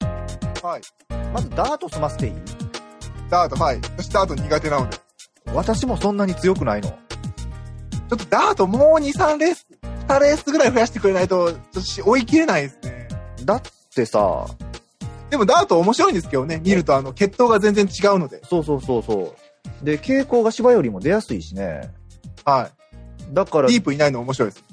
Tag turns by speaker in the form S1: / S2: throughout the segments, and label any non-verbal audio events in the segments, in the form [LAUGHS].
S1: はい。
S2: まずダート済ませていい
S1: ダート、はい。私ダート苦手なので。ち
S2: 私もそんなに強くないの。
S1: ょっとダートもう2、3レース、2レースぐらい増やしてくれないと、ちょっとし追い切れないですね。
S2: だってさ、
S1: でもダート面白いんですけどね。見るとあの、血統が全然違うので。
S2: そうそうそうそう。で、傾向が芝よりも出やすいしね。
S1: は
S2: だから
S1: い。デ、ィープいないの面白いです。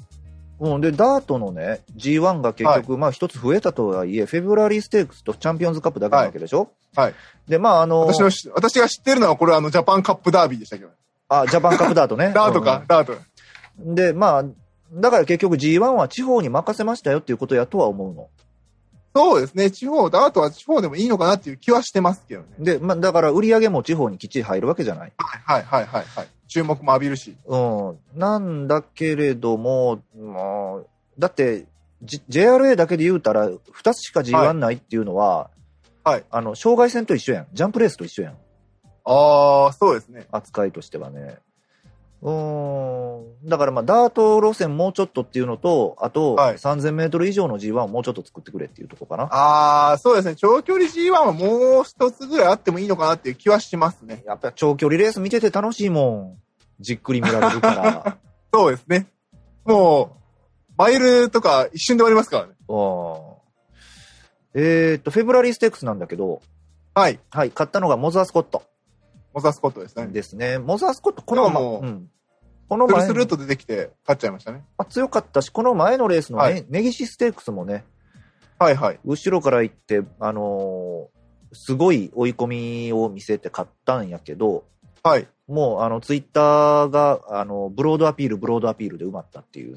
S2: うん、で、ダートのね、G1 が結局、まあ一つ増えたとはいえ、フェブラリーステークスとチャンピオンズカップだけなわけでしょ
S1: はいはい。
S2: で、まああの、
S1: 私のし、私が知ってるのはこれあの、ジャパンカップダービーでしたけど。。
S2: あ、ジャパンカップダート
S1: [LAUGHS]
S2: ね
S1: ダートか、ダート。
S2: うん。で、まあ、だから結局 G1 は地方に任せましたよっていうことやとは思うの。
S1: そうですね。地方、ダートは地方でもいいのかなっていう気はしてますけどね。
S2: で、まあだから売り上げも地方にきっちり入るわけじゃない。
S1: はいはいはいはい。注目も浴びるし。
S2: うん。なんだけれども、まあ、だって、J- JRA だけで言うたら、2つしか G1 ないっていうのは、
S1: はい
S2: あの、障害戦と一緒やん。ジャンプレースと一緒やん。
S1: ああ、そうですね。
S2: 扱いとしてはね。うーん。だからまあ、ダート路線もうちょっとっていうのと、あと、
S1: はい
S2: 3000メートル以上の G1 をもうちょっと作ってくれっていうとこかな。
S1: ああ、そうですね。長距離 G1 はもう一つぐらいあってもいいのかなっていう気はしますね。
S2: やっぱ長距離レース見てて楽しいもん。じっくり見られる
S1: [LAUGHS]
S2: から。
S1: そうですね。もう、マイルとか一瞬で終わりますからね。
S2: うん。えーっと、フェブラリーステークスなんだけど、
S1: はい。
S2: はい、買ったのがモザースコット。
S1: モザスコットですね。
S2: ですね。モザースコット、この
S1: でもも
S2: 前、
S1: う
S2: うん、この
S1: スル
S2: 前
S1: スルっと出てきて勝っちゃいましたね。
S2: あ強かったし、この前のレースのね、
S1: はい
S2: ネギシステークスもね、
S1: はいはい。
S2: 後ろから行って、あのーすごい追い込みを見せて勝ったんやけど、
S1: はい。
S2: もう、あの、ツイッターが、あの、ブロードアピール、ブロードアピールで埋まったっ
S1: [LAUGHS]
S2: ていうね、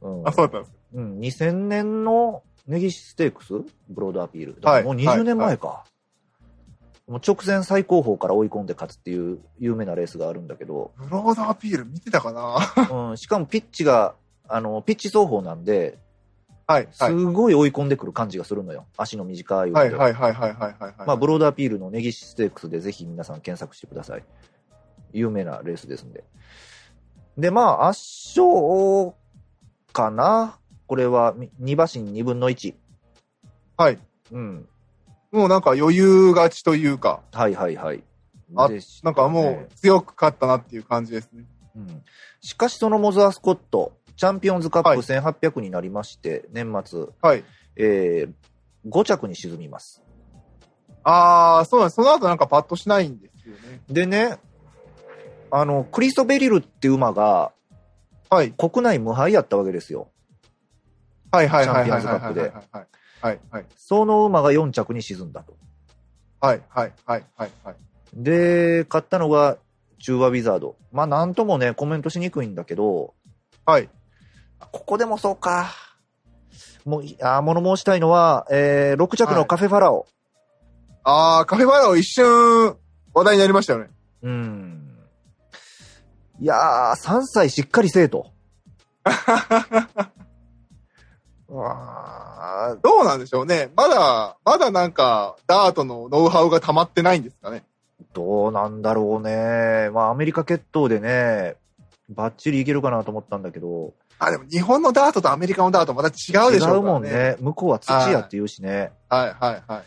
S2: うん
S1: あ、そうだったんです。
S2: うん、2000年のネギシステークスブロードアピール。
S1: はい
S2: もう20年前か。もう直前最高峰から追い込んで勝つっていう有名なレースがあるんだけど、
S1: ブロードアピール見てたかな [LAUGHS] は
S2: うん、しかもピッチが、あの、ピッチ走法なんで、
S1: い。
S2: す
S1: はい。
S2: ごい追い込んでくる感じがするのよ。足の短い腕
S1: はい
S2: で
S1: はいはいはいはいはい。
S2: まあ、ブロードアピールのネギシステークスでぜひ皆さん検索してください。有名なレースですんで。で、まあ、圧勝かなこれは2馬身2分の1。
S1: はい。
S2: うん。
S1: もうなんか余裕勝ちというか、
S2: はいはいはい。
S1: あ
S2: でし
S1: なんかもう強く勝ったなっていう感じですね。
S2: うん、しかしそのモザースコット、チャンピオンズカッ
S1: はい
S2: プ1800になりまして、年末、
S1: はい。
S2: えー、5着に沈みます。
S1: ああ、そうなんです。その後なんかパッとしないんですよね。
S2: でね、あの、クリストベリルって馬が
S1: はい。
S2: 国内無敗やったわけですよ。
S1: はいはいはいはい
S2: チャンピオンズカ
S1: はい
S2: ッ
S1: は
S2: プ
S1: い
S2: で
S1: はいはいはい
S2: その馬が4着に沈んだと。
S1: はいはいはいはいはい
S2: で、買ったのが中和ウィザード。まあ、なんともね、コメントしにくいんだけど、
S1: はい
S2: ここでもそうか。もうい、あー物申したいのは、えー、6着のカフェファラオ。
S1: ああカフェバラを一瞬話題になりましたよね
S2: うん。いやー、3歳しっかりせ
S1: [LAUGHS]
S2: えと。うわー
S1: どうなんでしょうねまだまだなんかダートのノウハウが溜まってないんですかね
S2: どうなんだろうね。まあ、アメリカ決闘でね、バッチリいけるかなと思ったんだけど、
S1: あでも日本のダートとアメリカのダートまた違う
S2: 違
S1: でしょ
S2: うもん
S1: から
S2: ね。向こうは土やって言うしね。
S1: はいはいはい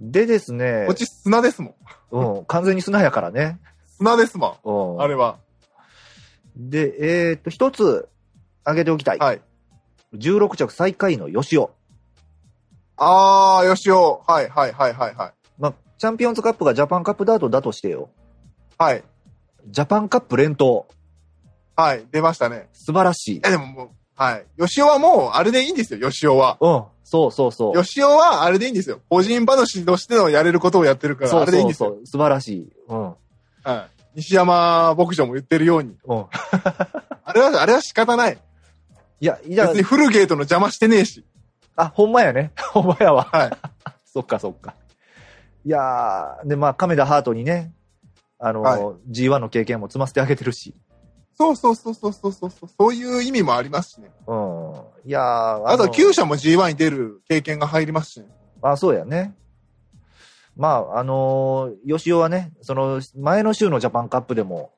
S2: でですね
S1: こっ、ち砂ですもん
S2: うん、完全に砂やからね。
S1: 砂ですも
S2: うん
S1: んあれは
S2: で、えーっと、一つ挙げておきたい。
S1: はい
S2: 16着最下位の吉尾。
S1: ああよしおはいはいはいはいはい
S2: まあ、チャンピオンズカップがジャパンカップダートだとしてよ。
S1: はい
S2: ジャパンカップ連投。
S1: はい出ましたね
S2: 素晴らしい
S1: い。やでももうはいよしおはもうあれでいいんですよよしおは
S2: うん、そうそうそう。
S1: 吉尾はあれでいいんですよ。個人話としてのやれることをやってるから、
S2: そ
S1: あ
S2: う
S1: れでいいん
S2: そう
S1: です
S2: そ
S1: よ。
S2: う。素晴らしい。うん、
S1: はい西山牧場も言ってるように。 [LAUGHS]
S2: うん。
S1: あれは、あれは仕方ない。
S2: いや、いや
S1: 別に、フルゲートの邪魔してねえし。
S2: あ、ほんまやね。 [LAUGHS] ほんまやわ。
S1: はい。
S2: そっかそっか。いやー、で、まあ、亀田ハートにね、あのー G1 の経験も積ませてあげてるし。
S1: そうそうそうそうそうそう。そういう意味もありますしね。
S2: うん。いやー、
S1: あとは
S2: のー
S1: 旧社も G1 に出る経験が入りますしね。
S2: あ、そうやね。まあ、あのー、吉尾はね、その、前の週のジャパンカップでも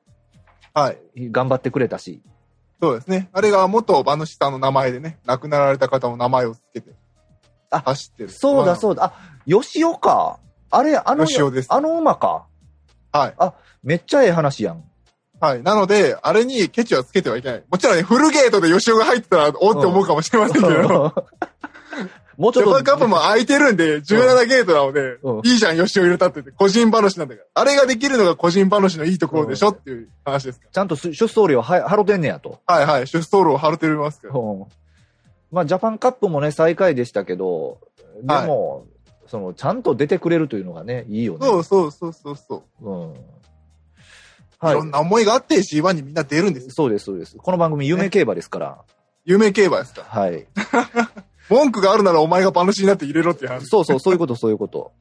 S1: はい。
S2: 頑張ってくれたし、
S1: そうですね。あれが元馬主さんの名前でね、亡くなられた方の名前をつけて。
S2: あ
S1: 走ってる。
S2: そうだ
S1: う。
S2: そうだ。あ、吉尾か。あれ、あの、
S1: 吉尾です
S2: あの馬か。
S1: はい。
S2: めっちゃええ話やん。
S1: はい。なので、あれにケチはつけてはいけない。もちろんね、フルゲートで吉尾が入ってたら、おーって思うかもしれませんけ
S2: [LAUGHS]
S1: ど、
S2: もうち
S1: ジャ
S2: ょ
S1: パ
S2: っ
S1: ンカップ
S2: と、
S1: も空いてるんで、17ゲートなので
S2: うん、
S1: いいじゃん、吉尾入れたって言って、個人話なんだから。あれができるのが個人話のいいところでしょっていう話ですか
S2: ちゃんと出走料は払ってんねやと。
S1: ら。はいはい。出走路を張るてますけど。
S2: うんまあ、ジャパンカップもね、最下位でしたけど、でも、その、ちゃんと出てくれるというのがね、いいよね。
S1: そうそうそうそうそう。
S2: うん。
S1: い、
S2: はい
S1: ろん。な思いがあって G1 にみんな出るんですよ。
S2: そうです、そうです。この番組、夢競馬ですから。
S1: 有名競馬ですから。
S2: はい。
S1: 文句があるならお前が馬主になって入れろっていう話。
S2: そうそう、そういうこと、そういうこと。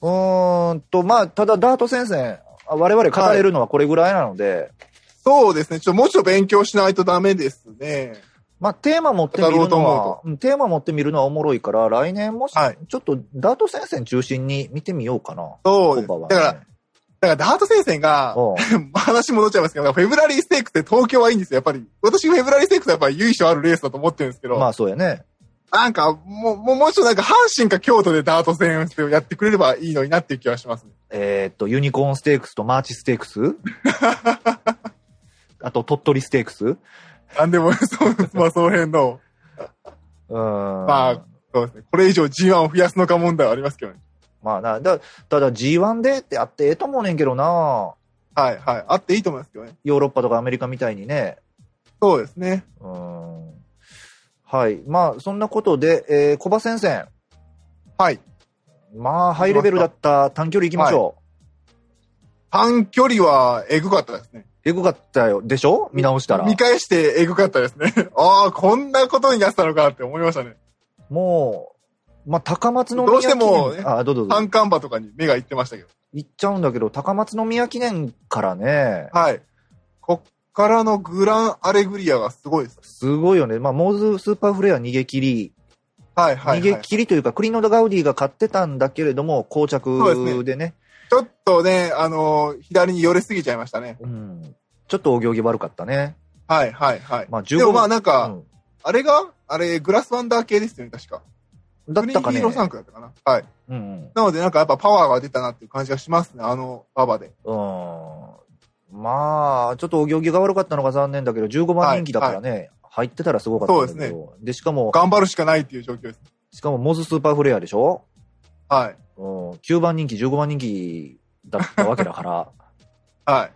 S2: うーんと、まあ、ただ、ダート先生、あ我々語れるのはこれぐらいなので、
S1: そうですね。ちょっともうちょっと勉強しないとダメですね。
S2: まあ、テーマ持ってみ
S1: 語ろ
S2: る
S1: うと
S2: の
S1: 思う
S2: は、うんテーマ持ってみるのはおもろいから、来年もし、
S1: はい
S2: ちょっと、ダート先生中心に見てみようかな。
S1: そうです。だ
S2: 今晩
S1: から、
S2: は
S1: だ
S2: ね
S1: からダート戦線が、
S2: うん
S1: [LAUGHS] 話戻っちゃいますけど、フェブラリーステークスで東京はいいんですよ、やっぱり。私、フェブラリーステークスはやっぱり由緒あるレースだと思ってるんですけど、
S2: まあ、そうやね。
S1: なんか、もう、もうもうちょっとなんか、阪神か京都でダート戦をやってくれればいいのになっていう気はしますね。
S2: えーっと、ユニコーンステークスとマーチステー
S1: [LAUGHS]
S2: クスあと、鳥取ステークスう
S1: なんでも、 [LAUGHS] そう、まあ、その辺の、
S2: ーん。ま
S1: まあ、そうですね。これ以上 G1 を増やすのか問題はありますけどね。
S2: まあな、だ、ただ G1 でってあってええと思うねんけどな。
S1: はい、はい。あっていいと思いますけどね。
S2: ヨーロッパとかアメリカみたいにね。
S1: そうですね。
S2: うーん。はい。まあ、そんなことで、えー、小葉先生。
S1: はい。
S2: まあ、ハイレベルだった短距離行きましょ
S1: 短距離は、えぐかったですね。
S2: う。エグかったよ。でしょ見直したら
S1: 見。返して、えぐかったですね。 [LAUGHS] ああ、こんなことになってたのかって思いましたね。
S2: もう、まあ、高松の
S1: どうしてもね
S2: あ、どうぞどうぞ
S1: 反感馬とかに目がいってましたけど。
S2: 行っちゃうんだけど、高松宮記念からね、
S1: はい。こっからのグランアレグリアがすごいです。
S2: すごいよね。まあ、モーズスーパーフレア逃げ切り、
S1: はいはい、は
S2: 逃
S1: い
S2: げ。切りというか、クリノダ・ガウディが勝ってたんだけれども、膠
S1: そうです
S2: 着
S1: ね
S2: でね、
S1: ちょっとね、あのー左に寄れすぎちゃいましたね。
S2: うん、ちょっとお行儀悪かったね。
S1: はいはいはい。
S2: まあ、15
S1: でもまあなんか、
S2: うん
S1: あれが、あれ、グラスワンダー系ですよね、確か。
S2: だったか
S1: グリーンヒ
S2: ね
S1: ー。ロー3区だったかな。はい。
S2: うんうん
S1: なのでなんかやっぱパワーが出たなっていう感じがしますね、あの馬場で。
S2: うんまあ、ちょっとお行儀が悪かったのが残念だけど、15番人気だからね、入ってたらすごかったんだけど、でしかも、
S1: 頑張るしかないっていう状況です。
S2: しかもモズスーパーフレアでしょ、
S1: はい。
S2: うん、?9 番人気、15番人気だったわけだから。
S1: はい。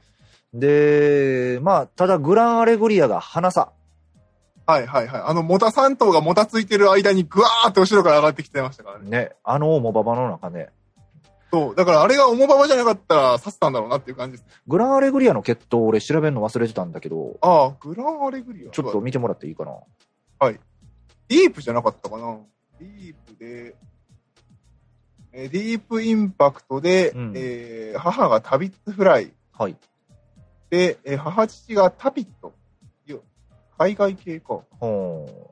S2: で、まあ、ただグランアレグリアが花さ。
S1: はいはいはい。あの、モタ3頭がもたついてる間にグワーって後ろから上がってきてましたからね。
S2: ね、あの重馬場の中ね、
S1: そう。だからあれが重馬場じゃなかったら刺したんだろうなっていう感じです。
S2: グランアレグリアの決闘俺調べるの忘れてたんだけど、
S1: ああ、グランアレグリア。
S2: ちょっと見てもらっていいかな。
S1: ディープじゃなかったかなディープで、えーディープインパクトで、
S2: うん
S1: えー母がタビッツフライ
S2: はい。
S1: で、えー母父がタピット。いや海外系か。
S2: ほ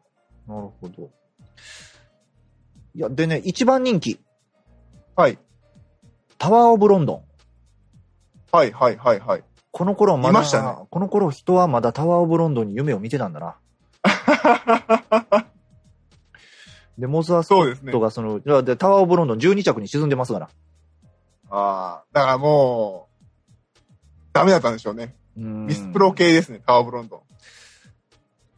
S2: うなるほど。いや、でね、一番人気、
S1: はい。
S2: タワー・オブ・ロンドン。
S1: はいはいはいはい。
S2: この頃まだ、
S1: いましたね
S2: この頃人はまだタワー・オブ・ロンドンに夢を見てたん
S1: [LAUGHS]
S2: だな。で、モズアスコ
S1: そうですね
S2: ット。がその、いやでタワー・オブ・ロンドン12着に沈んでますから。
S1: ああ、だからもう、ダメだったんでしょうね。
S2: ミ
S1: ミスプロ系ですね、タワーブロンドン。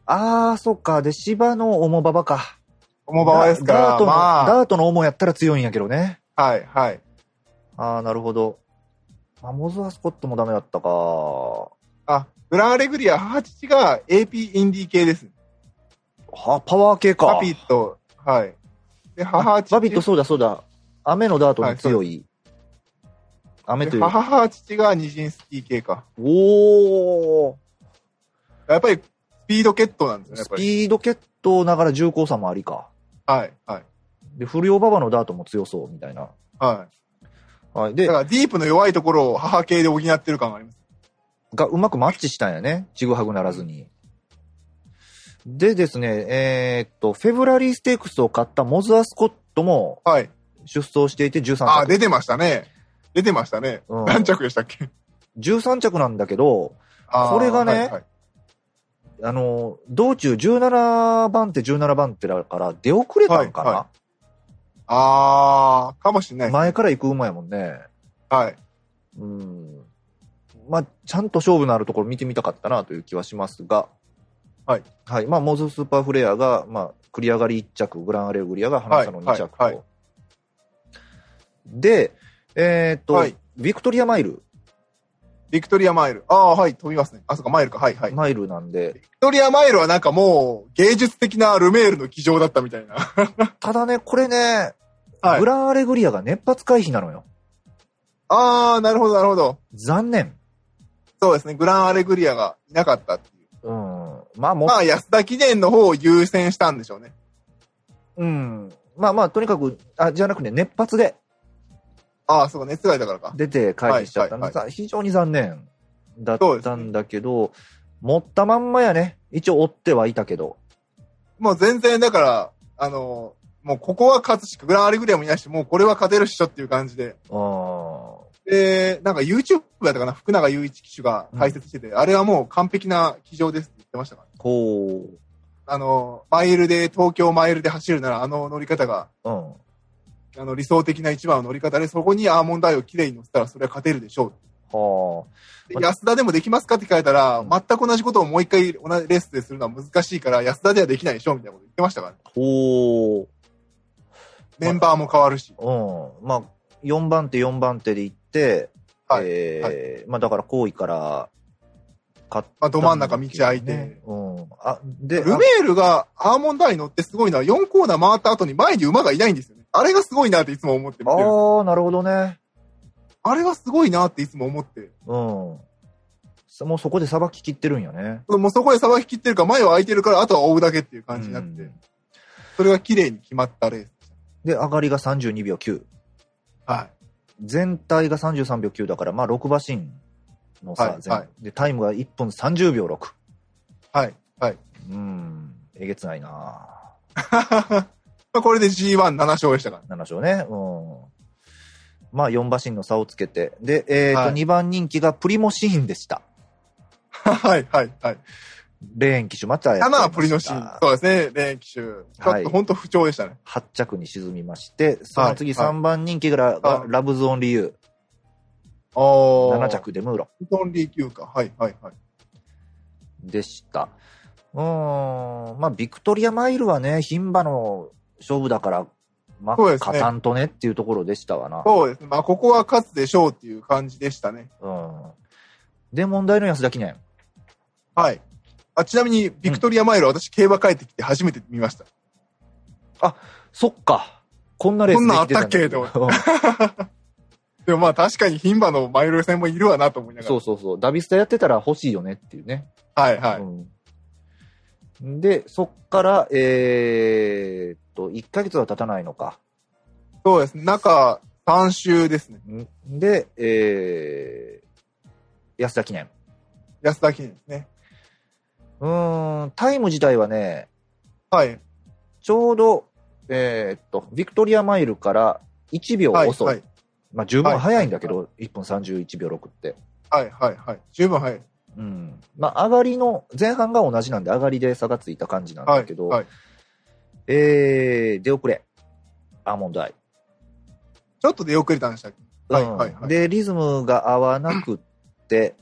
S2: ああ、そっか。で、芝の重馬場か。
S1: 重馬場ですか
S2: ダ
S1: ら、
S2: ートの、
S1: ま
S2: ダートの重やったら強いんやけどね。
S1: あ、はいはい。
S2: ああ、なるほど。あ、モズアスコットもダメだったか。は
S1: あ、グランアレグリア、母父が AP インディー系ですね。
S2: パワー系か。
S1: タピット、はい。で、母父
S2: バビット、そうだそうだ。雨のダートに強い。雨というか。
S1: 母母父が二人スキー系か。
S2: おー。
S1: やっぱりスピード決闘なんですね、やっ
S2: ス
S1: ぱり。
S2: ピード決闘ながら重厚さもありか。
S1: はい、はい、
S2: で、不良馬場のダートも強そう、みたいな。
S1: は
S2: はい。
S1: い。
S2: で
S1: だか、らディープの弱いところを母系で補ってる感があります。
S2: がうまくマッチしたんやね。ちぐはぐならずに。でですね、えーっと、フェブラリーステークスを買ったモズアスコットも
S1: はい。
S2: 出走していて13着。
S1: あ、出てましたね。出てましたね。
S2: うん
S1: 何着でしたっけ
S2: 13着なんだけど、
S1: あー
S2: これがね
S1: はいはい
S2: あの、道中17番手17番手だから出遅れたんかな、
S1: はいはあー、かもしれない。
S2: 前から行く馬やもんね。
S1: はい。
S2: うん。まあ、ちゃんと勝負のあるところ見てみたかったなという気はしますが、
S1: はい。
S2: はい。まあ、モズスーパーフレアが、まあ、繰り上がり1着、グランアレグリアが花さの2着と。
S1: はいはいは
S2: で、えーっと、
S1: はい
S2: ビクトリアマイル、
S1: ビクトリアマイル。ああー、はい、飛びますね。あ、そうか、マイルか。はい、はい。
S2: マイルなんで、
S1: ビクトリアマイルはなんかもう、芸術的なルメールの騎乗だったみたいな。
S2: ただね、これね、
S1: はい
S2: グランアレグリアが熱発回避なのよ。
S1: [LAUGHS] ああ、なるほど、なるほど。
S2: 残念。
S1: そうですね。グランアレグリアがいなかったっていう。
S2: うん。まあ、もっ
S1: まあ、安田記念の方を優先したんでしょうね。
S2: うん。まあまあ、とにかく、あ、じゃなくね、熱発で
S1: ああ、そうか、熱外だからか。
S2: 出て回避しちゃったん
S1: は
S2: で
S1: い
S2: すが、非常に残念だっ
S1: そうです
S2: た
S1: ね
S2: んだけど、持ったまんまやね。一応追ってはいたけど。
S1: もう全然、だから、あのーもうここは勝つしか、グランアレグリアもいないし、もうこれは勝てるっしょっていう感じで。
S2: あー
S1: で、なんか YouTube だったかな、福永雄一騎手が解説してて、あれはもう完璧な騎乗ですって言ってましたから。
S2: こ
S1: あのーマイルで、東京マイルで走るなら、あの乗り方が、
S2: う。うん。
S1: あの理想的な一番の乗り方で、そこにアーモンドアイをきれいに乗せたら、それは勝てるでしょう。
S2: は
S1: で
S2: まあ
S1: 安田でもできますかって聞かれたら、
S2: うん
S1: 全く同じことをもう一回同じレースでするのは難しいから、安田ではできないでしょみたいなこと言ってましたからね。
S2: あ。ほう。
S1: メンバーも変わるし。
S2: うん。まあ、4番手、4番手で行って、
S1: はい
S2: えーまあだから、好位から、勝った
S1: まあ
S2: んだけどね、
S1: ど真ん中道空いて
S2: うん。あ、で、
S1: ルメールがアーモンドアイに乗ってすごいのは、4コーナー回った後に前に馬がいないんですよね。あれがすごいなっていつも思って見
S2: ああ
S1: てる。
S2: ー、なるほどね。
S1: あれがすごいなっていつも思って。
S2: うん。もうそこでさばききってるんやね。
S1: もうそこでさばききってるから、前は空いてるから、あとは追うだけっていう感じになって、
S2: うん
S1: それが綺麗に決まったレース。
S2: で、上がりが32秒9。
S1: はい。
S2: 全体が33秒9だから、まあ6馬身の
S1: は
S2: さ、
S1: い
S2: 全
S1: はい
S2: で、タイムが1分30秒6。
S1: はい。はい。
S2: うん。えげつないな
S1: まあこれで G17 勝でしたから。
S2: 7勝ね。うん。まあ4馬身の差をつけて。で、えっ、と、
S1: はい
S2: 2番人気がプリモシーンでした。 [LAUGHS]
S1: はい、はい、はい。
S2: レーン騎手またや
S1: た
S2: って
S1: だ、プリのシーン。そうですね、レーン騎手。ちょ
S2: は
S1: っ
S2: い
S1: と本当不調でしたね。
S2: 8着に沈みまして、その次
S1: はいはい
S2: 3番人気がラ,、
S1: はい
S2: ラブゾーンリユ
S1: お
S2: ー、
S1: ー
S2: 7。着でムーロ。
S1: トンリー級か。はい、はい、はい。
S2: でした。うーん、まあ、ビクトリアマイルはね、牝馬の勝負だから、まあ、
S1: そうですね
S2: 勝たんとねっていうところでしたわな。
S1: そうですね。まあ、ここは勝つでしょうっていう感じでしたね。
S2: うん。で、問題の安田記念。
S1: はい。あちなみに、ビクトリアマイル、私、競馬帰ってきて初めて見ました。
S2: そっか。こんなレース
S1: こんなんあったっけ
S2: できてたんだうん
S1: でもまあ、確かに牝馬のマイル戦もいるわなと思いながら。
S2: そうそうそう。ダビスタやってたら欲しいよねっていうね。
S1: はい、はい。
S2: うん、で、そっから、えー、っと、1ヶ月は経たないのか。
S1: そうですね。中、3週ですね。
S2: んで、えー、安田記念。
S1: 安田記念ですね。
S2: うーん、タイム自体はね、
S1: はい。
S2: ちょうど、えーっと、ビクトリアマイルから1秒
S1: はい、
S2: 遅い。
S1: はい。
S2: まあ、十分早いんだけど、1分31秒6って。
S1: はい、はい、はい。十分はい。
S2: うん。まあ、上がりの、前半が同じなんで、上がりで差がついた感じなん
S1: は
S2: だ
S1: い
S2: けど、、
S1: はい。
S2: えー、出遅れ。アーモンドアイ。
S1: ちょっと出遅れたんでしたっけはい、はい、
S2: うん
S1: はい。
S2: で、リズムが合わなくって、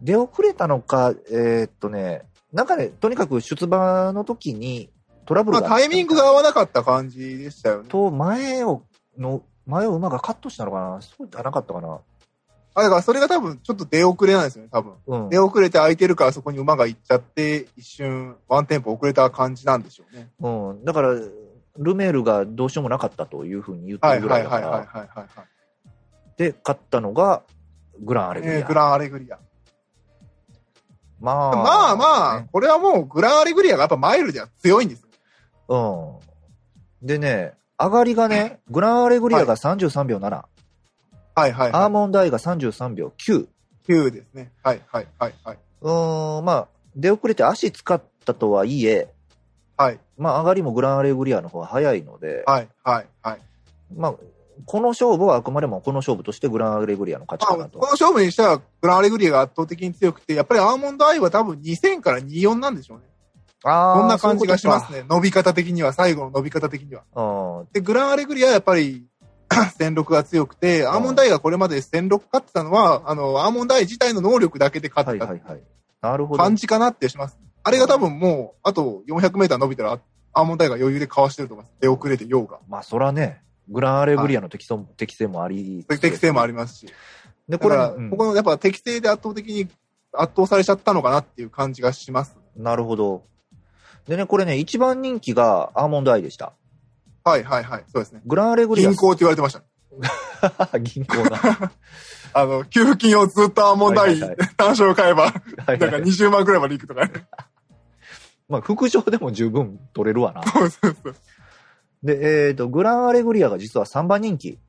S2: 出遅れたのか、えーっとね、なんかね、とにかく出馬の時にトラブ
S1: ま
S2: ル
S1: あ、
S2: が、
S1: タイミングが合わなかった感じでしたよね。
S2: と、前を、の、前を馬がカットしたのかなそうじゃなかったかな
S1: あ、だからそれが多分ちょっと出遅れなんですよね、多分。
S2: うん。
S1: 出遅れて空いてるからそこに馬が行っちゃって、一瞬ワンテンポ遅れた感じなんでしょうね。
S2: うん、だから、ルメールがどうしようもなかったというふうに言って
S1: はい
S2: るぐら
S1: はいい
S2: だか
S1: はいはいはい
S2: ら、
S1: はいはい。
S2: で、勝ったのが、グランアレグリア。
S1: えーグランアレグリア。
S2: まあ、
S1: まあまあ、これはもうグランアレグリアがやっぱマイルでは強いんですよ。
S2: あ、うん。でね、上がりがね、グランアレグリアが33秒7、
S1: はいはい、
S2: アー
S1: は
S2: モンドアイが33秒9。
S1: い。9ですね。はいはいはいはい。
S2: うーん、まあ、出遅れて足使ったとはいえ、
S1: はい
S2: まあ、上がりもグランアレグリアの方が早いので、
S1: はいはいはい。
S2: まあ、この勝負はあくまでもこの勝負としてグランアレグリアの勝ち
S1: まあ、
S2: か
S1: この
S2: なと。
S1: 勝負にしたらグランアレグリアが圧倒的に強くて、やっぱりアーモンドアイは多分2000から24なんでしょうね。
S2: あー
S1: こんな感じがします。
S2: そういう
S1: ね。伸び方的には、最後の伸び方的には。
S2: ことか
S1: で、グランアレグリアはやっぱり、 [COUGHS] 戦力が強くて、アーモンドアイがこれまで戦力勝ってたのは、あの、アーモンドアイ自体の能力だけで
S2: うん。は
S1: 勝っ
S2: いはい
S1: た
S2: はい。なるほど。
S1: 感じかなってします。あれが多分もう、あと400メーター伸びたら、アーモンドアイが余裕でかわしてると思います。出遅れてようが。
S2: まあ、そらね、グランアレグリアの適当適性もあり
S1: そういう、適性もあ
S2: り。
S1: りますし。
S2: で、こ
S1: だか
S2: れ、
S1: ら、
S2: うん
S1: ここのやっぱ適性で圧倒的に圧倒されちゃったのかなっていう感じがします。
S2: なるほど。でね、これね、一番人気がアーモンドアイでした。
S1: はいはいはい。そうですね。
S2: グランアレグリア。
S1: 銀行って言われてました。
S2: [LAUGHS] 銀行
S1: [LAUGHS]
S2: な。は
S1: あの、給付金をずっとアーモンドアイ
S2: はいはい、
S1: [LAUGHS] 単勝を買えば、
S2: い
S1: な
S2: は
S1: ん
S2: い
S1: か
S2: はい
S1: 20万くらいまでいくとかね。
S2: まあ、副賞でも十分取れるわな。
S1: そうそうそう。
S2: で、えっ、と、グランアレグリアが実は3番人気。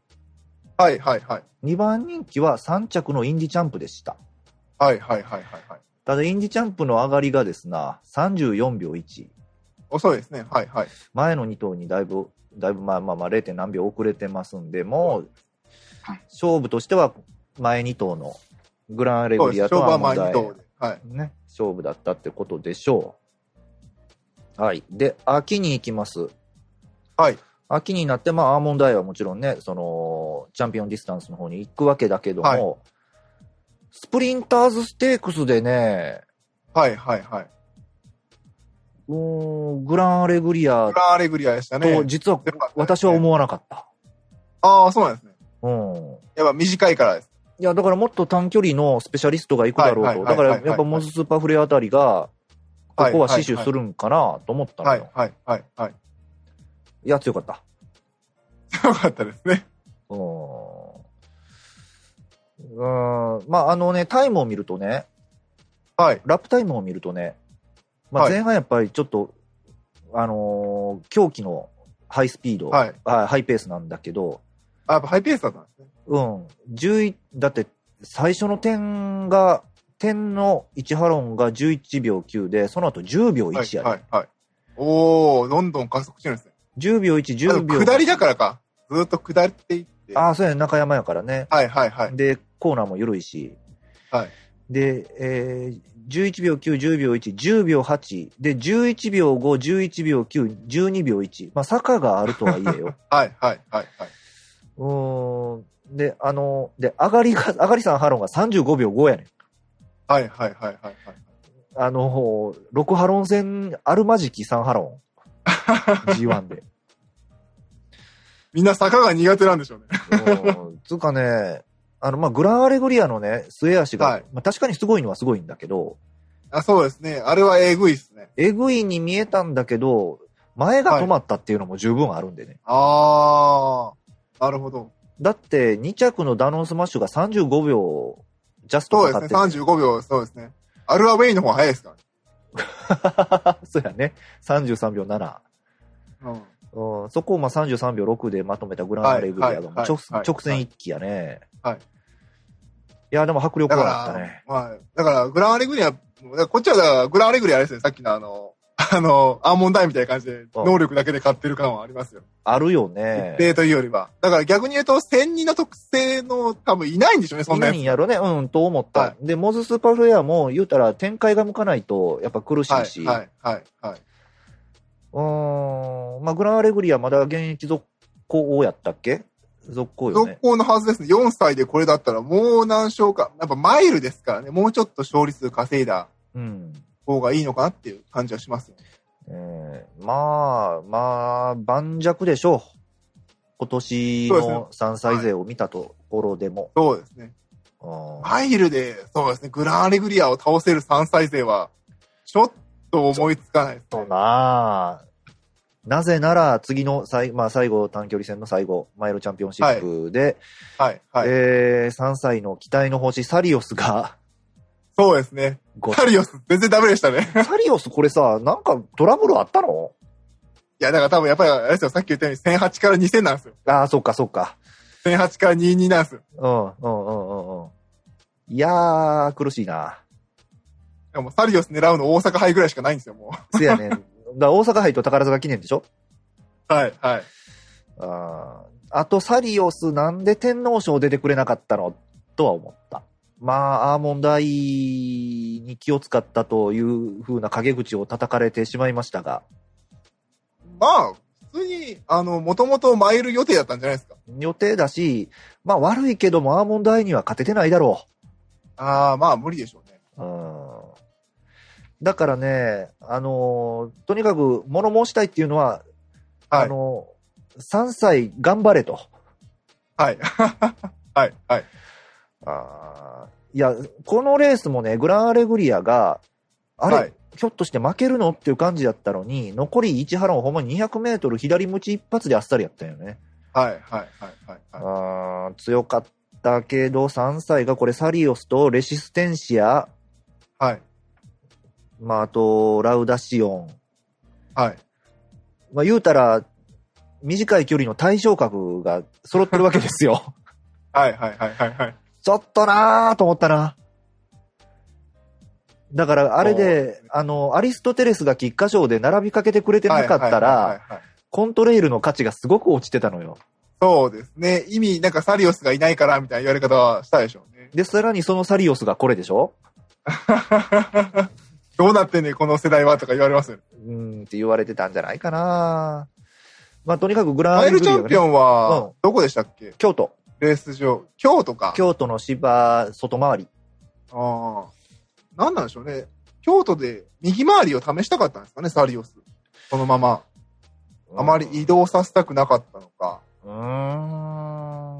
S1: はいはいはい。
S2: 2番人気は3着のインディチャンプでした。
S1: はいはいはいはいはい。
S2: ただ、インディチャンプの上がりがですな、34秒1。
S1: 遅いですね。はいはい。
S2: 前の2頭にだいぶ、だいぶまあまあまあ 0. 何秒遅れてますんで、もう
S1: はい、
S2: 勝負としては前2頭のグランアレ
S1: そう
S2: グ
S1: で
S2: リ
S1: す。
S2: ア
S1: 勝負
S2: とア
S1: は
S2: ーモン
S1: 前
S2: ドア
S1: に
S2: イ
S1: 通で。はい。
S2: ね、勝負だったってことでしょう。はい。で、秋に行きます。
S1: はい。
S2: 秋になって、まあ、アーモンドアイはもちろんね、その、チャンピオンディスタンスの方に行くわけだけども、
S1: はい
S2: スプリンターズステークスでね、
S1: はいはいはい。
S2: うーん、グランアレグリア
S1: グランアレグリアでしたね
S2: と、。実は
S1: よかったですね
S2: 私は思わなかった。
S1: ああ、そうなんですね。
S2: うん。
S1: やっぱ短いからです。
S2: いや、だからもっと短距離のスペシャリストが行くだろ
S1: は
S2: う
S1: い
S2: と。
S1: は
S2: だ
S1: い
S2: か
S1: はい
S2: ら、
S1: はい
S2: やっぱモズスーパーフレアあたりが、ここは死守す
S1: る
S2: るんかなと思ったのよ。
S1: はいいはいはいはい。 [LAUGHS]
S2: や、強かった。
S1: よかったですね。
S2: うーん。うーん。まあ、あのね、タイムを見るとね、
S1: はい。
S2: ラップタイムを見るとね、まあ、
S1: はい
S2: 前半やっぱりちょっと、あのー狂気のハイスピード、
S1: はい
S2: あハイペースなんだけど、
S1: あ、やっぱハイペースだったんですね。
S2: うん、11、だって最初の点が、点の1ハロンが11秒9で、その後10秒
S1: はい
S2: 1やで、
S1: はいはい。おー、どんどん加速してるんですね。
S2: 10秒1、
S1: あで
S2: 10
S1: も
S2: 秒。
S1: 下りだからか。ずっと下っていって。
S2: ああ、そうや、中山やからね。
S1: はいはいはい。
S2: で、コーナーも緩いし。
S1: はい
S2: で、えー、11秒9、10秒1、10秒8、で、11秒5、11秒9、12秒1。まあ、坂があるとはい
S1: [LAUGHS]
S2: えよ。
S1: はいはいはいはい。
S2: うーん。で、あの、で、上がりが、上がりさんハロンが35秒5やねん。
S1: はいはいはいはいはい。
S2: あの、6ハロン戦、あるまじき3ハ
S1: [LAUGHS]
S2: ロン。G1 で。
S1: みんな坂が苦手なんでしょうね。
S2: うーんつうかね、あの、まあ、グランアレグリアのね、末足が、
S1: はい
S2: まあ、確かにすごいのはすごいんだけど、
S1: あ、そうですね。あれはえぐいっすね。
S2: えぐいに見えたんだけど、前が止まったっていうのも十分あるんでね。
S1: あー、なるほど。
S2: だって、2着のダノンスマッシュが35秒、ジャスト
S1: そう
S2: か
S1: で
S2: か
S1: す
S2: っ
S1: ね。
S2: てる
S1: 35秒、そうですね。アルアウェイの方が早いですか
S2: [LAUGHS] そうやね。33秒7。
S1: ら。うん。
S2: うん、そこをまあ33秒6でまとめたグランアレグリアが
S1: はい
S2: もう
S1: はい
S2: 直,、
S1: はい
S2: 直線一気やね。
S1: はい
S2: や、でも迫力
S1: だか
S2: があった
S1: ら
S2: ね。、
S1: まあ、だから、グランアレグリア、だからこっちはだからグランアレグリアあれですね。さっきのあの、 [LAUGHS] あの、アーモンドアイみたいな感じで、能力だけで買ってる感はありますよ。
S2: あるよ
S1: 一
S2: ね。
S1: 定というよりは。だから逆に言うと、千人の特性の多分いないんでしょうね、そ
S2: い
S1: んな
S2: な
S1: や
S2: い
S1: つ。
S2: んやろね。うん、と思った。
S1: は
S2: で、モズスーパーフレアも言うたら展開が向かないとやっぱ苦し
S1: はいい、
S2: し。
S1: はい、はい、はい。
S2: うーん、まあグランアレグリアまだ現役続行やったっけ続行よ
S1: 続
S2: ね。
S1: 行のはずですね。4歳でこれだったらもう何勝か。やっぱマイルですからね。もうちょっと勝利数稼いだ
S2: うん。
S1: 方がいいのかなっていう感じはしますよね。
S2: えーまあ、まあ、盤石でしょう。今年
S1: そう
S2: の3歳勢を見たところでも。
S1: そうですね。
S2: うん
S1: マイルで、そうですね。グランアレグリアを倒せる3歳勢は、ちょっと思いつかないです、
S2: と
S1: ね。
S2: なあなぜなら、次の最、まあ、最後、短距離戦の最後、マイルチャンピオンシップで、
S1: はい、はい。
S2: えー、3歳の期待の星、サリオス
S1: [LAUGHS]
S2: が、
S1: そうですね。
S2: ご
S1: タリオス、全然ダメでしたね。 [LAUGHS]
S2: サリオスこれさ、なんかトラブルあったの
S1: いや、だから多分やっぱり、あれですよ。さっき言ったように1008から2000なんですよ。
S2: ああ、そっかそっか。
S1: 1008から22なんですよ。
S2: うん、うん、うん、うん、うん。いやー、苦しいな。
S1: でもサリオス狙うの大阪杯ぐらいしかないんですよ、も
S2: せや
S1: [LAUGHS]
S2: ねん。だから大阪杯と宝塚記念でしょ
S1: う。 [LAUGHS] はい、はい。
S2: あーあと、サリオスなんで天皇賞出てくれなかったのとは思った。まあ、アーモンドアイに気を使ったというふうな陰口を叩かれてしまいましたが、
S1: まあ、普通に、あの、もともと参る予定だったんじゃないですか。
S2: 予定だし、まあ悪いけどもアーモンドアイには勝ててないだろ
S1: ああ、まあ、無理でしょうね。
S2: う。うん。だからね、あのーとにかく物申したいっていうのは、
S1: はい
S2: あの3歳頑張れと。
S1: はい。 [LAUGHS] はい、はい。
S2: あーいや、このレースもね、グランアレグリアが、あれ、
S1: はい
S2: ひょっとして負けるのっていう感じだったのに、残り1波論ほんまに200メートル左ムチ一発であっさりやったよね。
S1: はい、はい、はい、はい。はい
S2: あー強かったけど、3歳がこれサリオスとレシステンシア、
S1: はい、
S2: まああと、ラウダシオン。
S1: はい。
S2: まあ言うたら、短い距離の対象角が揃ってるわけで
S1: [LAUGHS]
S2: すよ。
S1: はい、はい、はい、はいはい。
S2: ちょっとなーと思ったな。だから、あれで、あの、アリストテレスが菊花賞で並びかけてくれてなかった
S1: はいはい
S2: ら、
S1: はいはい、
S2: コントレイルの価値がすごく落ちてたのよ。
S1: そうですね。意味、なんかサリオスがいないから、みたいな言われ方はしたでしょうね。 [LAUGHS]
S2: で、さらにそのサリオスがこれでしょ
S1: どうなってんねんこの世代はとか言われますよね。
S2: うーんって言われてたんじゃないかな。まあ、とにかくグラン
S1: マ
S2: ア
S1: イ
S2: レ
S1: ル
S2: グ
S1: チ
S2: リア
S1: ャ
S2: が
S1: ン
S2: ね
S1: ピオン
S2: う
S1: は
S2: ん、
S1: どこでしたっけ
S2: 京都。
S1: レース場。京都か。
S2: 京都の芝外回り。
S1: ああ。なんなんでしょうね。京都で右回りを試したかったんですかね、サリオス。そのまま。あまり移動させたくなかったのか。
S2: うーん。
S1: あ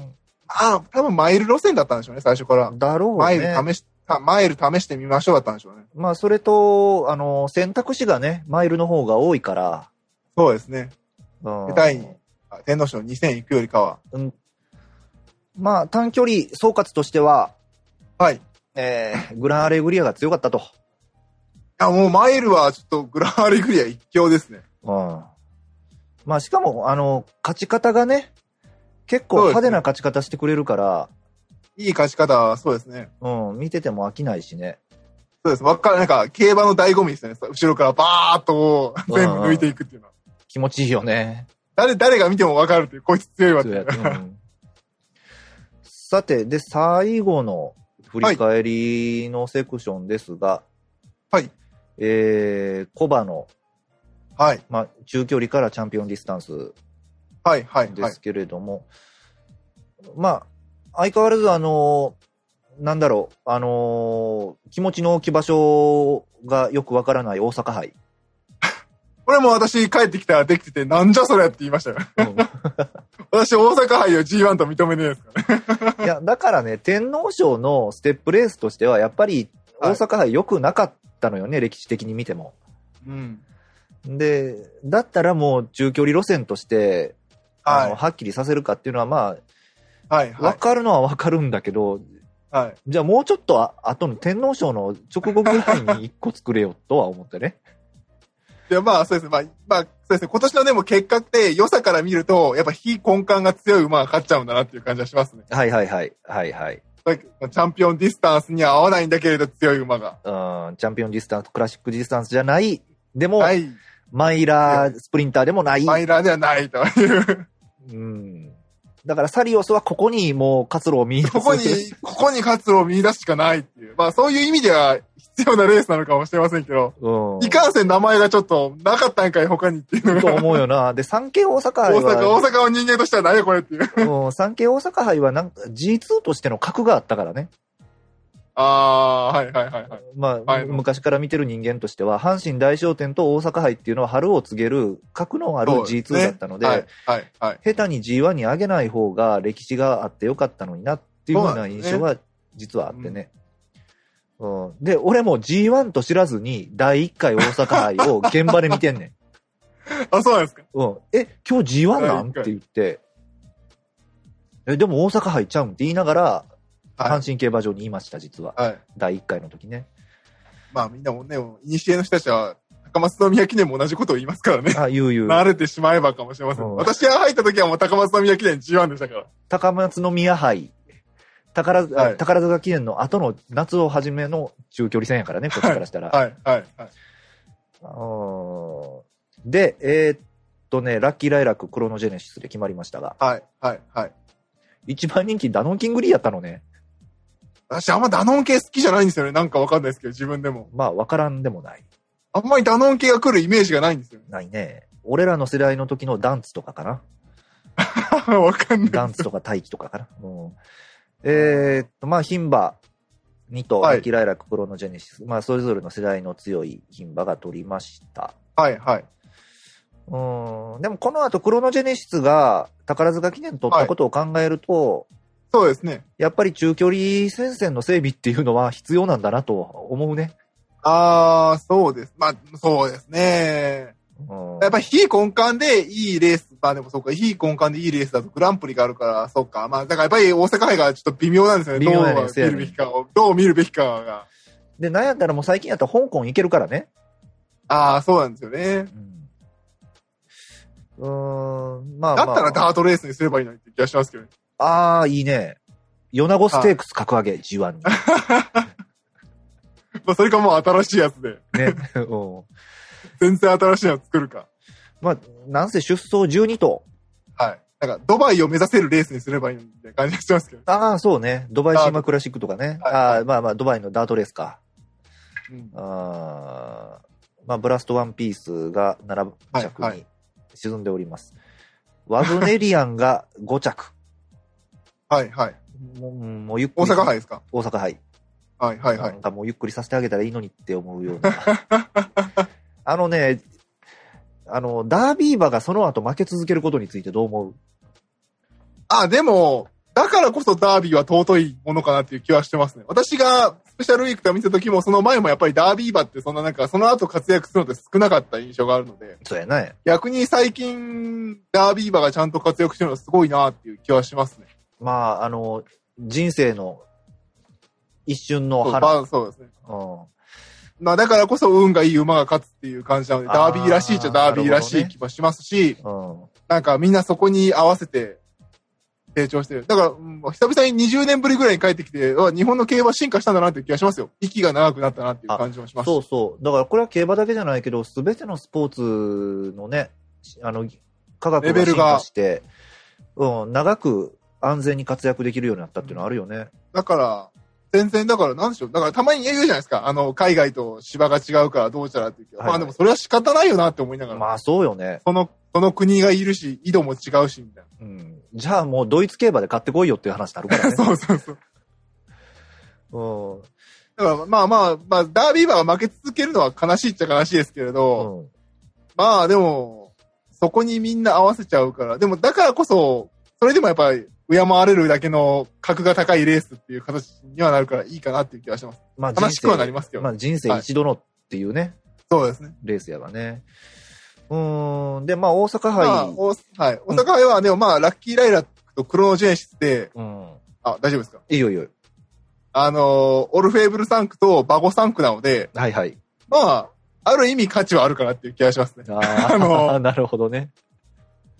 S1: あ、多分マイル路線だったんでしょうね、最初から。
S2: だろうね。
S1: マイル試し、たマイル試してみましょうだったんでしょうね。
S2: まあ、それと、あの、選択肢がね、マイルの方が多いから。
S1: そうですね。
S2: うん
S1: 世帯にあ天皇賞2000行くよりかは。
S2: うん。まあ、短距離総括としては、
S1: はい。
S2: えー、グランアレグリアが強かったと。
S1: あ、もうマイルはちょっとグランアレグリア一強ですね。
S2: うん。まあ、しかも、あの、勝ち方がね、結構派手な勝ち方してくれるから、
S1: いい勝ち方は、そうですね。
S2: うん、見てても飽きないしね。
S1: そうです。わっかなんか、競馬の醍醐味ですね。後ろからバーッと
S2: うん
S1: 全部抜いていくっていうのは。
S2: 気持ちいいよね。
S1: 誰、誰が見てもわかるっていう、こいつ強いわって
S2: そ
S1: いうう [LAUGHS]
S2: や。うんさて、で、最後の振り返りのセクションですが、
S1: はい。
S2: えー、コバの、
S1: はい。
S2: まあ、中距離からチャンピオンディスタンス
S1: はい、はい、
S2: で
S1: はい
S2: す。けれども、まあ、相変わらず、あのーなんだろう、あのー気持ちの置き場所がよくわからない大
S1: [LAUGHS]
S2: 阪杯。
S1: これも私帰ってきたらできてて、なんじゃそれって言いましたよ。私大阪杯を G1 と認めねえですからね。
S2: いや、だからね、天皇賞のステップレースとしては、やっぱり大阪杯良くなかったのよね、歴史的に見ても。
S1: うん。
S2: で、だったらもう中距離路線として、あの
S1: は
S2: はっきりさせるかっていうのは、ま
S1: い。はい、
S2: あ、わ
S1: は
S2: かるのはわかるんだけど、
S1: い。はい。
S2: じゃあもうちょっとあ後の天皇賞の直後ぐらいに一個作れよとは思ってね。
S1: いや、まあ、そうですね。まあ、まあ、そうですね。今年のでも結果って、良さから見ると、やっぱ非根幹が強い馬が勝っちゃうんだなっていう感じはしますね。
S2: はいはいはい。はいはい。
S1: さっきのチャンピオンディスタンスには合わないんだけれど、強い馬が。
S2: うん、チャンピオンディスタンス、クラシックディスタンスじゃない、でも、
S1: ない。
S2: マイラー、スプリンターでもない。
S1: マイラーではないという。
S2: うん。だからサリオスはここにもう活路を見出す
S1: ここに、ここに活路を見出すしかないっていう。まあ、そういう意味では必要なレースなのかもしれませんけど、
S2: うん。
S1: いかんせん名前がちょっとなかったんかい、他にっていうのが。
S2: と思うよな。で、産経大阪
S1: 大阪、
S2: 杯は、
S1: 大阪の人間としては何やこれっていう。
S2: うん、産経大阪杯はなんか G2 としての格があったからね。
S1: ああー、はいはいはいはい。
S2: まあ、
S1: はい
S2: 昔から見てる人間としては、阪神大商店と大阪杯っていうのは春を告げる格のある
S1: そうです
S2: G2
S1: ね
S2: だったので、
S1: はいはいはい。
S2: 下手に G1 に上げない方が歴史があってよかったのになっていうような印象が実はあってね。うん、で、俺も G1 と知らずに第1回大阪杯を現場で見てんね
S1: [LAUGHS]
S2: ん。
S1: あ、そうなんですか。
S2: うん、え、今日 G1 なん
S1: 第
S2: っ
S1: 一回
S2: て言って、え、でも大阪杯ちゃうんって言いながら、
S1: はい
S2: 阪。神競馬場にいました、実は。
S1: はい。
S2: 第1回の時ね。
S1: まあみんなもね、いにしえの人たちは、高松宮記念も同じことを言いますからね。
S2: あ、ゆうゆう。
S1: 慣れてしまえばかもしれませ
S2: うん
S1: ん。私が入った時はもう高松宮記念 G1 でしたから。
S2: 高松宮杯。宝,、
S1: はい
S2: 宝塚記念の後の夏をはじめの中距離戦やからね、こっちからしたら。
S1: はいはいはい。
S2: うんで、えーっとね、ラッキーライラック、クロノジェネシスで決まりましたが、
S1: はいはいはい。
S2: 一番人気ダノンキングリーやったのね。
S1: 私あんまダノン系好きじゃないんですよね。なんかわかんないですけど、自分でも。
S2: まあ、わからんでもない。
S1: あんまりダノン系が来るイメージがないん
S2: [LAUGHS]
S1: ですよね。
S2: ないね。俺らの世代の時のダンツとかか
S1: [LAUGHS]
S2: な。
S1: わかんない。
S2: ダンツとか大気とかかな。
S1: [LAUGHS]
S2: うん、えーっと、まあ、牝馬2と、
S1: はい
S2: アキライラ、ククロノジェネシス。まあ、それぞれの世代の強い牝馬が取りました。
S1: はいはい。
S2: うーん。でも、この後、クロノジェネシスが宝塚記念取ったことを考えると、
S1: そうですね。
S2: やっぱり中距離戦線の整備っていうのは必要なんだなと思うね。
S1: あー、そうです。まあ、そうですね。
S2: うん、
S1: やっぱり非根幹でいいレース、まあでもそうか、非根幹でいいレースだとグランプリがあるから、そうか。まあ、だからやっぱり大阪杯がちょっと微妙なんですよね。
S2: 微妙
S1: どう
S2: やね
S1: 見
S2: そうや
S1: る
S2: ね
S1: べきかを、どう見るべきかが。
S2: で、なんやったらもう最近やったら香港行けるからね。
S1: ああ、そうなんですよね。
S2: うん。うーん、まあ、ま
S1: だ
S2: あ。
S1: ったらダートレースにすればいいのにって気がしますけどね。
S2: ああ、いいね。米子ステークス格上げ、G1 [LAUGHS] に。
S1: まあ、それかもう新しいやつで。
S2: ね。うん
S1: 全然新しいの作るか。
S2: まあ、なんせ出走12頭。
S1: はい。なんか、ドバイを目指せるレースにすればいいのにみたいな感じがしますけど。
S2: ああ、そうね。ドバイシーマクラシックとかね。
S1: はい
S2: ああ、まあまあ、ドバイのダートレースか。
S1: うん
S2: あーまあ、ブラストワンピースが7着
S1: はいは
S2: に沈んでおります。ワグネリアンが5着。
S1: はいはい。
S2: もうもうゆっく
S1: 大
S2: り。
S1: 阪杯ですか
S2: 大阪杯。
S1: はいはいは。
S2: ないんかもうゆっくりさせてあげたらいいのにって思うような。 [LAUGHS] あのね、あの、ダービー馬がその後負け続けることについてどう思う
S1: あ、でも、だからこそダービーは尊いものかなっていう気はしてますね。私がスペシャルウィークとか見てた時も、その前もやっぱりダービー馬ってそんななんか、その後活躍するのって少なかった印象があるので、
S2: そうやね。
S1: 逆に最近、ダービー馬がちゃんと活躍してるのはすごいなっていう気はしますね。
S2: まあ、あの、人生の一瞬の
S1: そう
S2: 春。
S1: まあそうですね。
S2: うん
S1: まあだからこそ運がいい馬が勝つっていう感じなので、
S2: あ
S1: ダ
S2: ー
S1: ービーらしいっちゃダービーらしい気もしますし、
S2: うん。
S1: なんかみんなそこに合わせて成長してる。だから、うん久々に20年ぶりぐらいに帰ってきて、うわ日本の競馬進化したんだなっていう気がしますよ。息が長くなったなっていう感じもします。
S2: そうそう。だからこれは競馬だけじゃないけど、すべてのスポーツのね、しあの、科学
S1: レ
S2: が
S1: ベ
S2: 進
S1: ル
S2: 化
S1: が
S2: して、うん、長く安全に活躍できるようになったっていうのはあるよね。
S1: だから、全然だからなんでしょう。だからたまに言うじゃないですか。あの、海外と芝が違うからどうしたらっていうけど、
S2: はい
S1: ま
S2: はい
S1: あでもそれは仕方ないよなって思いながら。
S2: まあそうよね。
S1: その、その国がいるし、緯度も違うし、みたい
S2: うん。じゃあもうドイツ競馬で買ってこいよっていう話になるか
S1: な。
S2: らね。
S1: [LAUGHS] そうそうそう。
S2: うん。
S1: だからまあまあ、まあ、ダービー馬が負け続けるのは悲しいっちゃ悲しいですけれど、
S2: うん。
S1: まあでも、そこにみんな合わせちゃうから、でもだからこそ、それでもやっぱり、敬われるだけの格が高いレースっていう形にはなるからいいかなっていう気がします。
S2: まあ人
S1: 悲しくはな
S2: 生、
S1: りますけど。
S2: まあ人生一度のっていうね、
S1: そうですね。
S2: レースやがね。うーん。で、まあ大阪杯、
S1: まあ、おはい。大阪杯は、でもまあ、ラッキーライラックとクロノジェネシスで、
S2: うん。
S1: あ、大丈夫ですか
S2: いいよいいよ。
S1: あのーオルフェーブル3区とバゴ3区なので、
S2: はいはい。
S1: まあ、ある意味価値はあるかなっていう気がしますね。
S2: あー
S1: あの
S2: [LAUGHS] なるほどね。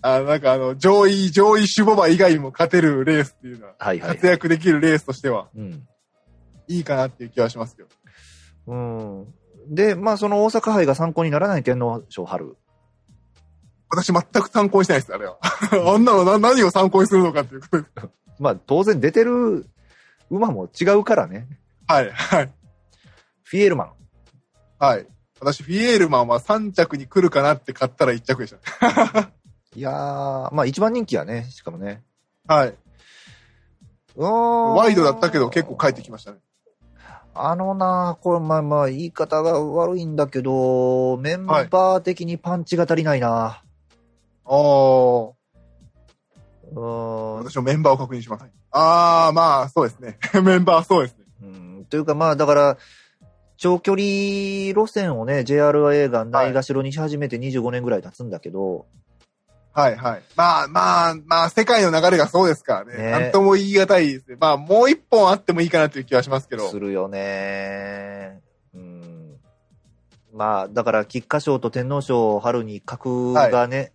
S1: あのなんかあの、上位、上位守護馬以外にも勝てるレースっていうのは、
S2: はいはい
S1: 活。躍できるレースとしては、
S2: うん。
S1: いいかなっていう気はしますけど。
S2: うん。で、まあ、その大阪杯が参考にならない天皇賞春。
S1: 私全く参考にしてないです、あれは。 [LAUGHS] あんなのな何を参考にするのかっていうことです。
S2: まあ、当然出てる馬も違うからね。
S1: はい、はい、
S2: フィエルマン。
S1: はい。私、フィエールマンは3着に来るかなって買ったら1着でしたね。
S2: いやー、まあ、一番人気やね。しかもね。
S1: はい。
S2: うーん
S1: ワイドだったけど結構帰ってきましたね。
S2: あのな、これ、まあまあ、言い方が悪いんだけど、メンバー的にパンチが足りないな。
S1: あー。
S2: うーん
S1: 私もメンバーを確認します。あー、まあ、そうですね。 [LAUGHS] メンバーそうですね。
S2: うん。というか、まあ、だから、長距離路線をね、JRA がないがしろにし始めて25年ぐらい経つんだけど、
S1: はい、はい。まあ、まあ、まあ、世界の流れがそうですからね。
S2: ね
S1: なんとも言い難いですね。まあ、もう一本あってもいいかなっていう気はしますけど。
S2: するよね。うん。まあ、だから、菊花賞と天皇賞を春に格がね、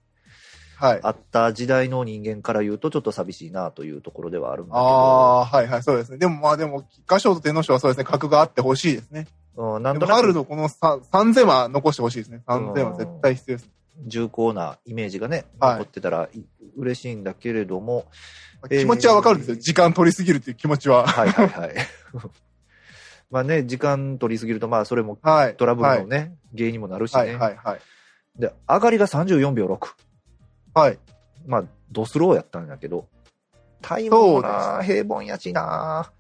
S1: はい。
S2: あった時代の人間から言うと、ちょっと寂しいなというところではあるんだけど、
S1: あー、はい、はい、そうですね。でもまあ、でも、菊花賞と天皇賞はそうですね。格があってほしいですね。
S2: うん、なん
S1: で
S2: と
S1: も
S2: な
S1: 春
S2: く、
S1: のこのさ3000は残してほしいですね。3000は絶対必要です。
S2: 重厚なイメージがね、
S1: はい
S2: 残ってたらい嬉しいんだけれども、えー
S1: 気持ちはわかるんですよ。時間取りすぎるっていう気持ちは。
S2: はいはいはい。 [LAUGHS] まあね、時間取りすぎると、まあそれも
S1: はい。
S2: トラブル
S1: はい
S2: のね、原因にもなるしね。
S1: はいはいはい。
S2: で、上がりが34秒6。
S1: はい。
S2: まあ、ドスローやったんだけど、タイムも
S1: そう
S2: な、平凡やしな。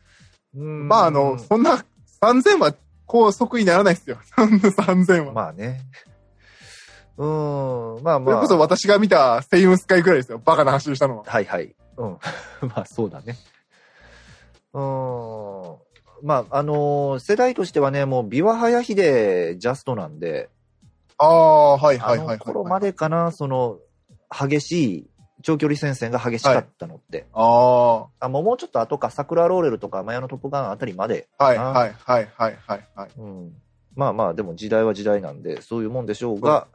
S2: うん
S1: まああの、そんな3000は高速にならないですよ。3000は。
S2: まあね。うん、まあ
S1: それ
S2: ま
S1: こそ
S2: あ。
S1: 私が見たセイムスカイぐらいですよ。バカな走りしたのは。
S2: はいはい。うん。
S1: [LAUGHS]
S2: まあそうだね。うん。まあ、あのー世代としてはね、もう、ビワハヤヒでジャストなんで、
S1: ああ、はいは
S2: あ
S1: いはいは
S2: の
S1: い。
S2: 頃までかな、その、激しい、長距離戦線が激しかったのって。
S1: ああ、は
S2: あもうもうちょっと後か、桜ローレルとか、マヤのトップガンあたりまで
S1: いはいはいはいはいはい。
S2: うん、まあまあ、でも時代は時代なんで、そういうもんでしょうが、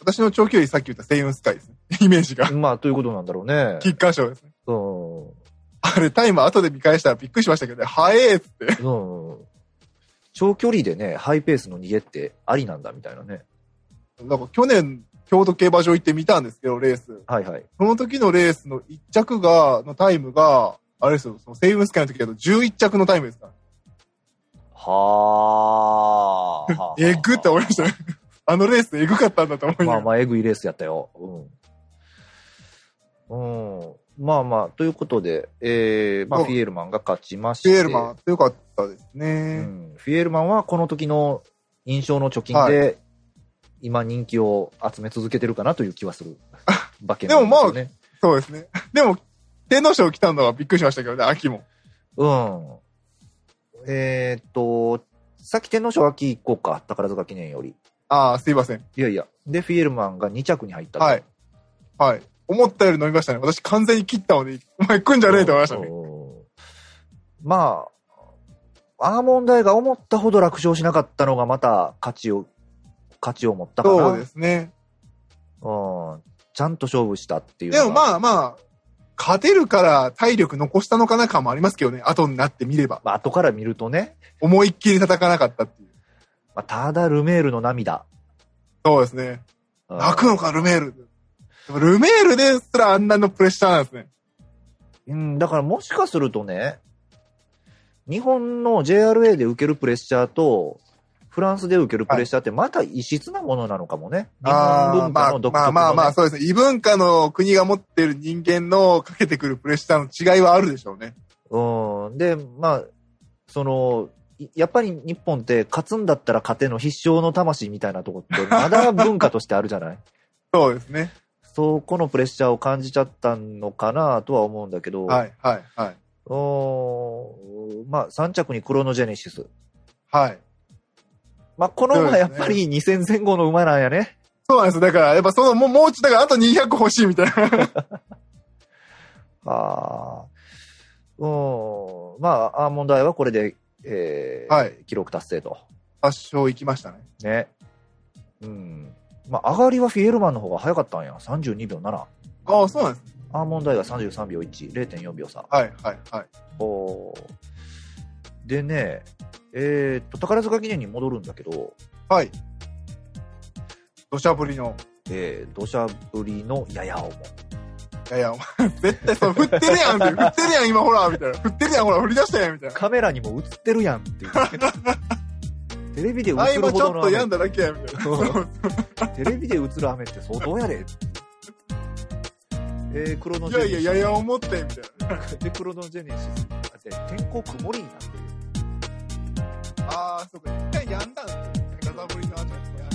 S1: 私の長距離さっき言ったセイムスカイですね。イメージが。
S2: まあ、ということなんだろう [LAUGHS] ね。
S1: [LAUGHS] キッカー賞ですね。
S2: うん。う
S1: あれ、タイム後で見返したらびっくりしましたけどね。早えっつって。
S2: ん。長距離でね、ハイペースの逃げってありなんだみたいなね。
S1: なんか去年、京都競馬場行ってみたんですけど、レース。
S2: はいはい。
S1: その時のレースの1着が、のタイムが、あれですよ、そのセイムスカイの時だと11着のタイムですから。
S2: はーはあはあ。
S1: えぐって思いましたね。あのレースえぐかったんだと思い
S2: ま
S1: ま
S2: あ
S1: す。
S2: まあ、えぐいレースやったよ。うん。うん。まあまあ、ということで、えー、ま
S1: う
S2: あ、
S1: ん
S2: フィエールマンが勝ちまして。
S1: シエルマン、強かったです
S2: う
S1: ね。
S2: ん、フィエールマンはこの時の印象の貯金で、今人気を集め続けてるかなという気はする馬券なんすよね
S1: そうですね。でも、天皇賞来たのはびっくりしましたけどね、秋も。
S2: うん。えーっと、さっき天皇賞秋行こうか、宝塚記念より。
S1: ああ、すいません。
S2: いやいや。で、フィエールマンが2着に入ったと。
S1: はい。はい。思ったより飲みましたね。私完全に切ったのに、お前来んじゃねえと思いましたね。
S2: うんまあ、アーモンドアイが思ったほど楽勝しなかったのがまた価値を、価値を持ったかな。
S1: そうですね。
S2: うん。ちゃんと勝負したっていう
S1: で
S2: のが。
S1: もまあまあ、勝てるから体力残したのかな感もありますけどね、後になってみれば。
S2: まあ、後から見るとね、
S1: 思いっきり叩かなかったっていう。
S2: まあ、ただルメールの涙。
S1: そうですね。
S2: うん
S1: 泣くのか、ルメール。でもルメールですらあんなのプレッシャーなんですね。
S2: うん、だからもしかするとね、日本の JRA で受けるプレッシャーと、フランスで受けるプレッシャーってまた異質なものなのかもね。日
S1: あー
S2: 本文
S1: ま
S2: 化
S1: あ
S2: の独
S1: ま
S2: 特
S1: あ
S2: の、ね
S1: まあまあ、そうですね。異文化の国が持ってる人間のかけてくるプレッシャーの違いはあるでしょうね。
S2: うん。で、まあ、その、いやっぱり日本って勝つんだったら勝ての必勝の魂みたいなとこって、まだ文化としてあるじゃない
S1: そうですね。
S2: そこのプレッシャーを感じちゃったのかなとは思うんだけど、
S1: はい、はい、はい。
S2: うんまあ3着にクロノジェネシス。
S1: はい。
S2: まあ、この馬やっぱり2000前後の馬なんやね。
S1: そうなんですよ。だから、やっぱその、もう、もうちょっと、だからあと200欲しいみたいな。
S2: ああ。うん。まあ、アーモンドアイはこれで、えー
S1: はい
S2: 記録達成と。
S1: 発祥行きましたね。
S2: ね。うん。まあ、上がりはフィエルマンの方が早かったんや。32秒7。
S1: ああ、そうなんですね。
S2: アーモンドアイが33秒1、0.4秒差。
S1: はい、はい、はい。
S2: おーでね、えーっと、宝塚記念に戻るんだけど、
S1: はい。土砂降りの、
S2: えー、土砂降りのやや重。
S1: いやいや、 [LAUGHS] お前、絶対、その、振ってるやんって、振ってるやん、今、ほら、みたいな。振ってるやん、ほら、振り出したやん、みたいな。
S2: カメラにも映ってるやん [LAUGHS] っていう。テレビで映る
S1: あ、
S2: ほ
S1: 今ち
S2: ど
S1: ょっ
S2: の
S1: と
S2: 雨
S1: 病んだだけや、み
S2: [LAUGHS]
S1: たいな。
S2: テレビで映る雨って相当やで。えー、黒の
S1: い
S2: ジェ
S1: や
S2: ネ
S1: いや、
S2: シ
S1: いやいや、思って、みたいな。
S2: ス。で、黒のジェネシス。で、天候曇りになってる。
S1: ああ、そうか、一回やんだんですよ。土砂降りの後に。